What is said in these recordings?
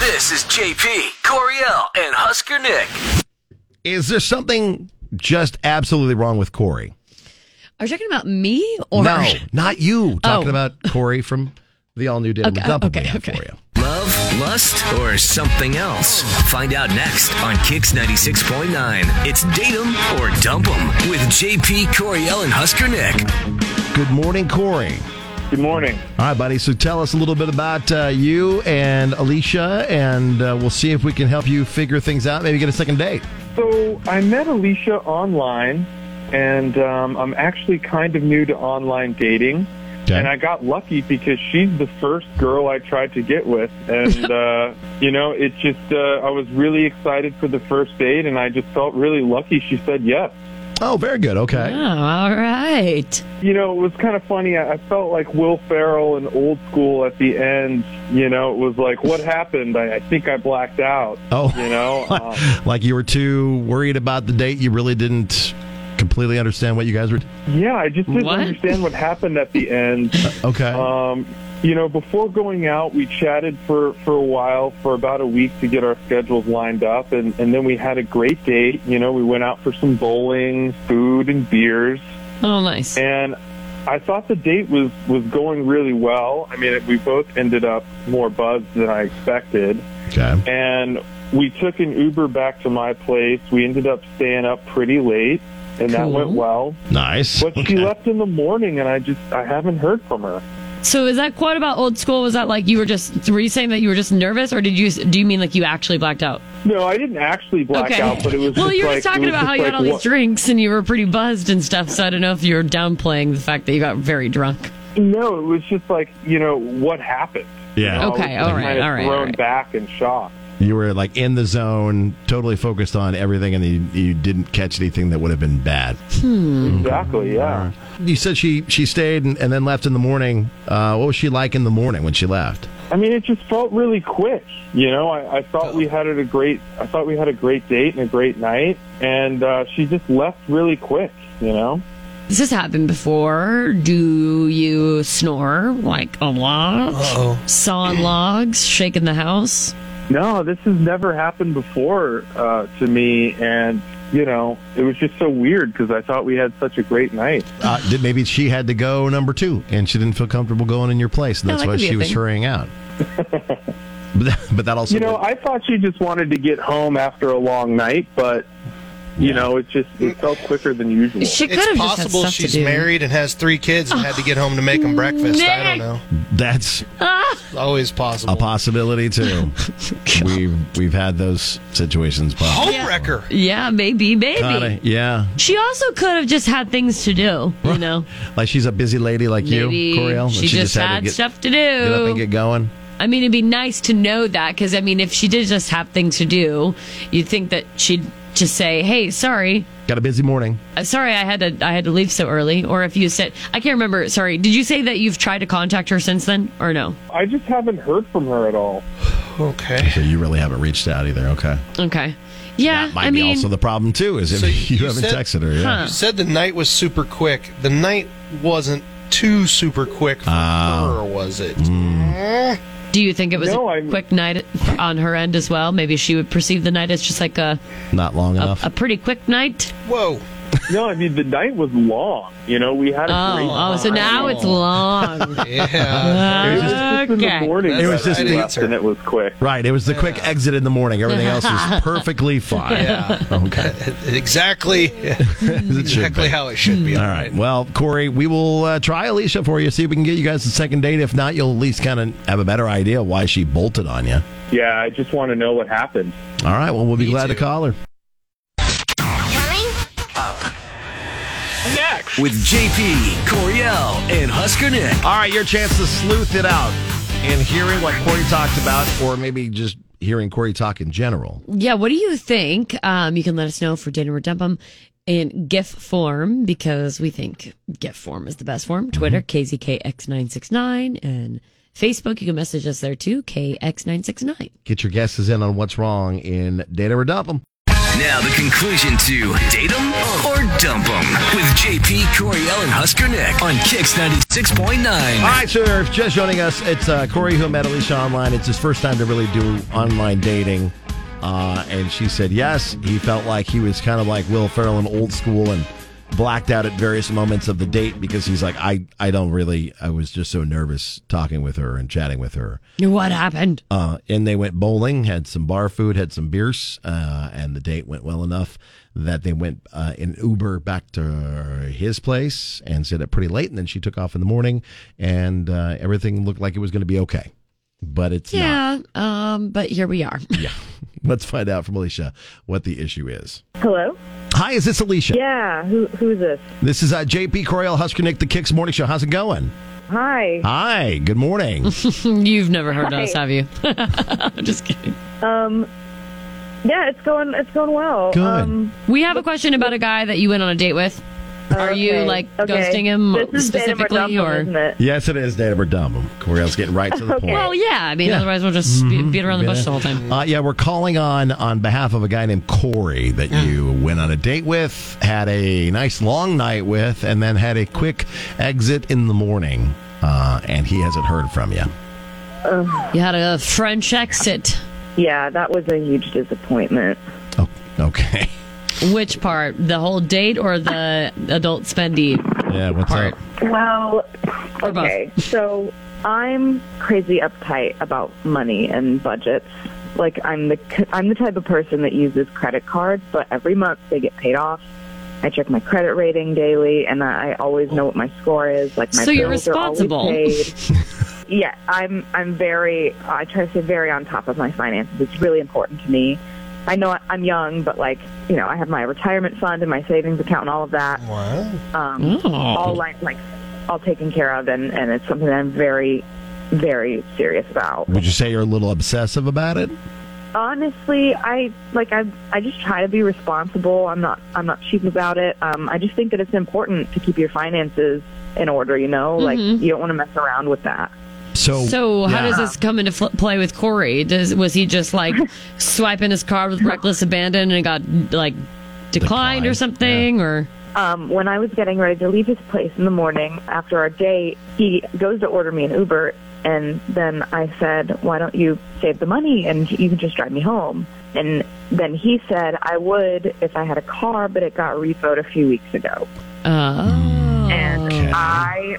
This is JP, Coriel, and Husker Nick. Is there something just absolutely wrong with Corey? Are you talking about me or no, not you. Talking Oh. about Corey from the all new Denim Okay, and Dump. okay, okay. For you. Love, lust, or something else? Find out next on Kix 96.9. It's Date 'em or Dump 'em with JP, Coriel, and Husker Nick. Good morning, Corey. Good morning. All right, buddy. So tell us a little bit about uh, you and Alicia, and uh, we'll see if we can help you figure things out. Maybe get a second date. So I met Alicia online, and um, I'm actually kind of new to online dating. Okay. And I got lucky because she's the first girl I tried to get with, and uh, you know, it just uh, I was really excited for the first date, and I just felt really lucky. She said yes. Oh, very good. Oh, Okay. all right. You know, it was kind of funny. I I felt like Will Ferrell in Old School at the end. You know, it was like, what happened? I, I think I blacked out. Oh. you know. Um, like you were too worried about the date. You really didn't completely understand what you guys were. Yeah, I just didn't What? understand what happened at the end. Okay. Um, you know, before going out, we chatted for, for a while, for about a week to get our schedules lined up, and, and then we had a great date. You know, we went out for some bowling, food, and beers, Oh, nice. and I thought the date was, was going really well. I mean, we both ended up more buzzed than I expected okay. and we took an Uber back to my place. We ended up staying up pretty late, and that Cool. went well. Nice. But Okay. she left in the morning, and I just I haven't heard from her. So is that quote about old school? Was that like you were just were you saying that you were just nervous, or did you do you mean like you actually blacked out? No, I didn't actually black okay. out, but it was. well, just you were like, just it talking was about how just you had like, all these what- drinks and you were pretty buzzed and stuff. So I don't know if you were downplaying the fact that you got very drunk. No, it was just like you know what happened. Yeah. You know, Okay, I was all right, kind of all right, all Thrown right. back and shocked. You were like in the zone, totally focused on everything, and you, you didn't catch anything that would have been bad. Mm-hmm. Exactly. Yeah. You said she she stayed and, and then left in the morning. Uh, what was she like in the morning when she left? I mean, it just felt really quick. You know, I, I thought Oh. we had it a great. I thought we had a great date and a great night, and uh, she just left really quick. You know. This has happened before. Do you snore like a lot? Sawing logs, shaking the house. No, this has never happened before uh, to me, and you know, it was just so weird because I thought we had such a great night. Uh, did maybe she had to go number two, and she didn't feel comfortable going in your place, and Yeah, that's that why could be she a was thing. hurrying out. but, that, but that also You know, I thought she just wanted to get home after a long night, but you know, it just it felt quicker than usual. She could It's have just had possible stuff she's to do. Oh, married and has three kids and had to get home to make them breakfast. I Nick. don't know. that's It's always a possible. possibility too. we've we've had those situations, but Homewrecker. Yeah, maybe, maybe. kinda, yeah, She also could have just had things to do, you know. like she's a busy lady like Maybe you, Coriel. and she, just had, to get, stuff to get up do. and get going. I mean, it'd be nice to know that because I mean, if she did just have things to do, you'd think that she'd just say, "Hey, sorry, Got a busy morning. uh, sorry, I had to, I had to leave so early." Or if you said, "I can't remember," sorry, did you say that you've tried to contact her since then, or no? I just haven't heard from her at all. Okay. So you really haven't reached out either. Okay, Okay, yeah, that might I be mean, also the problem too. Is if Uh, So you, you haven't said- texted her, yeah. Huh. You said the night was super quick. The night wasn't too super quick for Ah. her, was it? Mm. do you think it was No, a I'm- quick night on her end as well? Maybe she would perceive the night as just like a not long a, enough. a pretty quick night. Whoa. No, I mean the night was long. You know, we had a great Oh, oh, so now it's long. Yeah. It was just in the Okay. morning. It was that I just the- left, and it was quick. Right. It was the quick exit in the morning. Everything else was perfectly fine. Uh. yeah. Okay. Exactly. Exactly how it should be. All right. Well, Corey, we will uh, try Alicia for you. See if we can get you guys a second date. If not, you'll at least kind of have a better idea why she bolted on you. Yeah, I just want to know what happened. All right. Well, we'll be glad to too. call her. With JP, Coriel, and Husker Nick. All right. Your chance to sleuth it out and hearing what Corey talked about, or maybe just hearing Corey talk in general. Yeah, what do you think? Um, you can let us know for dinner or dump 'em in GIF form because we think GIF form is the best form. Mm-hmm. Twitter, KZKX969, and Facebook, you can message us there too, KX969. Get your guesses in on what's wrong in Data or Dump 'em. Now, the conclusion to Date 'em or Dump 'em with JP Coriel and Husker Nick on Kix 96.9. All right, sir. If you're just joining us, it's uh, Corey who met Alicia online. It's his first time to really do online dating. Uh, and she said yes. He felt like he was kind of like Will Ferrell in old school and blacked out at various moments of the date because he's like, I, I don't really, I was just so nervous talking with her and chatting with her. What happened? Uh, and they went bowling, had some bar food, had some beers, uh, and the date went well enough that they went uh, in Uber back to his place and stayed up pretty late. And then she took off in the morning, and uh, everything looked like it was going to be okay. But it's not. Yeah, um, but here we are. Yeah. Let's find out from Alicia what the issue is. Hello? Hi, is this Alicia? Yeah, who, who's this? This is uh, JP Coriel Husker Nick, the Kicks Morning Show. How's it going? Hi. Hi, good morning. You've never heard us, Hi. have you? I'm just kidding. Um, yeah, it's going it's going well. Good. Um, We have a question about a guy that you went on a date with. Are you okay, like okay. ghosting him This is Dana specifically, Bardumbo, or? isn't it? yes, it is Dana Berdumb. Coriel's getting right to the point. Well, Oh, yeah. I mean, Yeah. otherwise we'll just be beat around the bush the whole time. Uh, yeah, we're calling on on behalf of a guy named Corey that Hmm. you went on a date with, had a nice long night with, and then had a quick exit in the morning. Uh, and he hasn't heard from you. You had a French exit. Yeah, that was a huge disappointment. Oh, okay. Which part? The whole date or the adult spendy? Yeah, what's Part. up? Well, Or both. okay. So I'm crazy uptight about money and budgets. Like I'm the I'm the type of person that uses credit cards, but every month they get paid off. I check my credit rating daily, and I always know what my score is. Like my So you're bills are always responsible. paid. yeah, I'm I'm very I try to stay very on top of my finances. It's really important to me. I know I'm young, but like you know, I have my retirement fund and my savings account and all of that Wow. um, Oh. all like, like all taken care of, and, and it's something that I'm very, very serious about. Would you say you're a little obsessive about it? Honestly, I like I I just try to be responsible. I'm not I'm not cheap about it. Um, I just think that it's important to keep your finances in order. You know, like you don't want to mess around with that. So, So how Oh, yeah. does this come into fl- play with Corey? Does was he just like swiping his card with reckless abandon and it got like declined, Declined, or something? Or um, when I was getting ready to leave his place in the morning after our date, he goes to order me an Uber, and then I said, "Why don't you save the money and you can just drive me home?" And then he said, "I would if I had a car, but it got repoed a few weeks ago." uh, And I,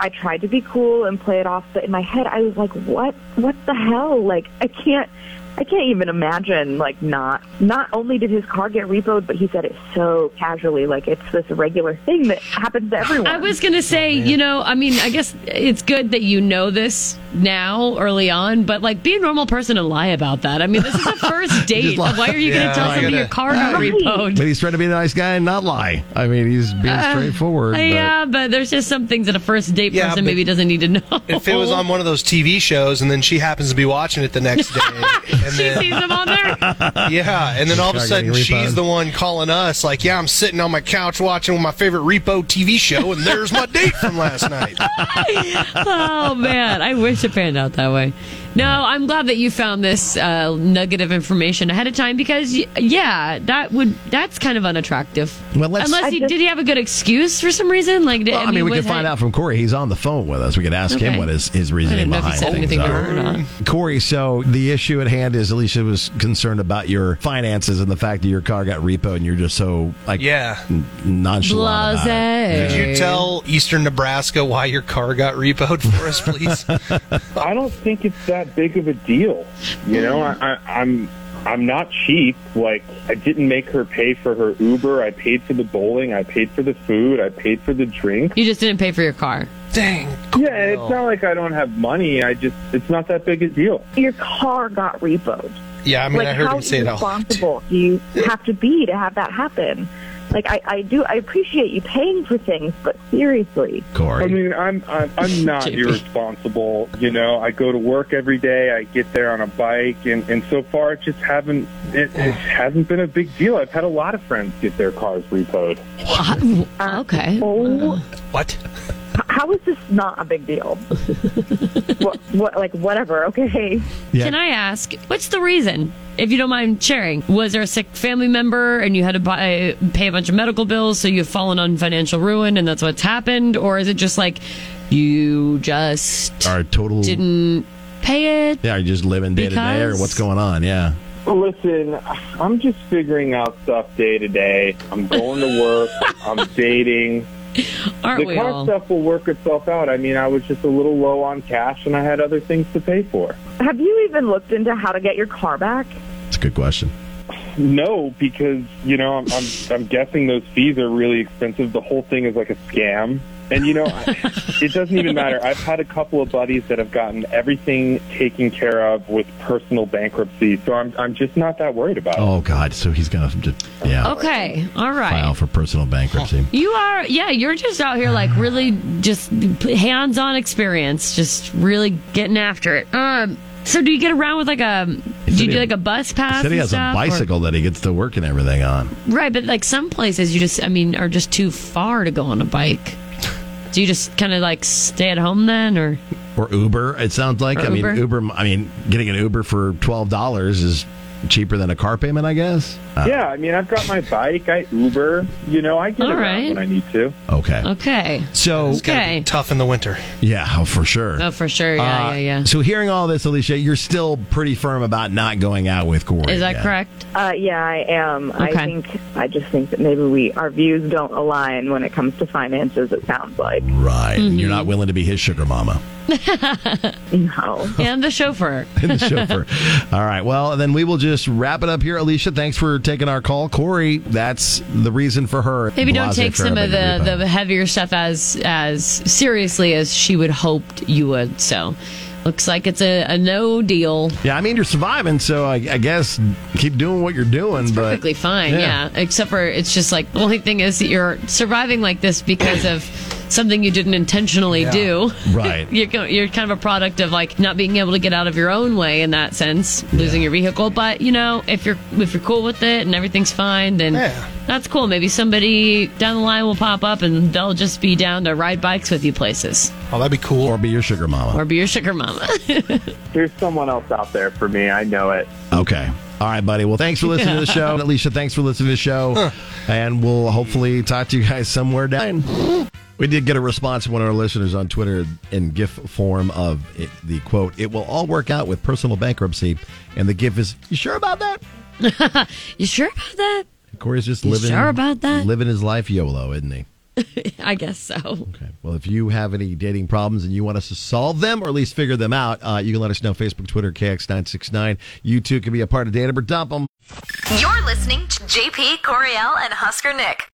I tried to be cool and play it off, but in my head, I was like, "What? What the hell? Like, I can't." I can't even imagine, like, not, not only did his car get repoed, but he said it so casually, like it's this regular thing that happens to everyone. I was gonna say, you know, I mean, I guess it's good that you know this now, early on, but like, be a normal person and lie about that. I mean, this is a first date. lie. Why are you Yeah, gonna tell I somebody gotta- your car got Right. But repoed? he's trying to be a nice guy and not lie. I mean, he's being straightforward. but- Uh, Yeah, but there's just some things that a first date Yeah, person but maybe doesn't need to know. If it was Oh. on one of those TV shows and then she happens to be watching it the next day, and she then, sees him on there. yeah, and then all of a She's sudden targeting she's repo. the one calling us, like, yeah, I'm sitting on my couch watching my favorite repo TV show, and there's my date from last night. oh man, I wish it panned out that way. No, I'm glad that you found this uh, nugget of information ahead of time because, y- yeah, that would that's kind of unattractive. Well, let's- Unless he did he have a good excuse for some reason? Like, Well, I mean, we was could find it- out from Corey. He's on the phone with us. We could ask him Okay. what his, his I reasoning didn't know if he behind said things anything to are. her or not. Corey, so the issue at hand is Alicia was concerned about your finances and the fact that your car got repo and you're just so like Yeah. n- nonchalant. about it. Blase. Could you tell Eastern Nebraska why your car got repoed for us, please? I don't think it's that big of a deal. You know, I, I, I'm I'm not cheap. Like I didn't make her pay for her Uber. I paid for the bowling. I paid for the food. I paid for the drink. You just didn't pay for your car. Dang. Yeah, and it's not like I don't have money. I just it's not that big a deal. your car got repoed. Yeah, I mean, like, I heard how him say it out loud. irresponsible do you have to be to have that happen? Like, I, I do, I appreciate you paying for things, but seriously, Corey. I mean, I'm I'm, I'm not JP. irresponsible. You know, I go to work every day. I get there on a bike, and and so far it just haven't it, it hasn't been a big deal. I've had a lot of friends get their cars repoed. Uh, okay. oh, What? how how is this not a big deal? what, what, like, whatever, okay. Yeah. Can I ask, what's the reason, if you don't mind sharing? Was there a sick family member and you had to buy, pay a bunch of medical bills, so you've fallen on financial ruin and that's what's happened? Or is it just like you just Our total. didn't pay it? yeah, are you just living day to day or Because- what's going on? Yeah. Listen, I'm just figuring out stuff day to day. I'm going to work. I'm dating. Aren't the we car all? stuff will work itself out. I mean, I was just a little low on cash, and I had other things to pay for. Have you even looked into how to get your car back? It's a good question. No, because you know, I'm I'm, I'm guessing those fees are really expensive. The whole thing is like a scam. And you know, I, it doesn't even matter. I've had a couple of buddies that have gotten everything taken care of with personal bankruptcy, so I'm I'm just not that worried about it. Oh God! So he's gonna just yeah Okay, all right. file for personal bankruptcy. You are, yeah, you're just out here like really just hands on experience, just really getting after it. Um, so do you get around with like a, said do you he- do like a bus He pass? said he and has a stuff, or- bicycle that he gets to work and everything on. Right, but like some places you just, I mean, are just too far to go on a bike. Do you just kind of like stay at home then, or Or Uber, it sounds like. Or I mean, Uber. Uber. I mean, getting an Uber for twelve dollars is cheaper than a car payment, I guess. Uh, Yeah, I mean, I've got my bike. I Uber. You know, I get All around right. when I need to. Okay. okay? So Okay. Gotta be Tough in the winter. yeah, oh, for sure. Oh, for sure, yeah, Uh, yeah, So hearing all this, Alicia, you're still pretty firm about not going out with Corey. yeah. Is that again. correct? Uh, yeah, I am. I Okay. think I just think that maybe we our views don't align when it comes to finances. It sounds like Right. And you're Mm-hmm. not willing to be his sugar mama no. And the chauffeur. and the chauffeur. all right. Well, then we will just wrap it up here, Alicia. Thanks for taking our call, Corey. That's the reason for her. Maybe don't Blase take for some of everything, the, Repo. the heavier stuff as as seriously as she would hoped you would. So, looks like it's a, a no deal. Yeah, I mean you're surviving, so I, I guess keep doing what you're doing. but Perfectly fine, yeah. Except for it's just like the only thing is that you're surviving like this because of something you didn't intentionally do. Right. you're go- you're kind of a product of like not being able to get out of your own way in that sense, losing your vehicle. But you know, if you're if you're cool with it and everything's fine, then Yeah. that's cool. Maybe somebody down the line will pop up and they'll just be down to ride bikes with you places Oh, that'd be cool. Or be your sugar mama. or be your sugar mama. There's someone else out there for me. I know it. Okay. All right, buddy. Well, thanks for listening to the show. Alicia, thanks for listening to the show. And we'll hopefully talk to you guys somewhere down. We did get a response from one of our listeners on Twitter in GIF form of it, the quote, It will all work out with personal bankruptcy. And the GIF is, You sure about that? you sure about that? Corey's just living, sure about that? living his life YOLO, isn't he? I guess so. Okay. Well, if you have any dating problems and you want us to solve them or at least figure them out, uh, you can let us know Facebook, Twitter, KX969. You too can be a part of Data or Dump 'Em. You're listening to JP Coriel and Husker Nick.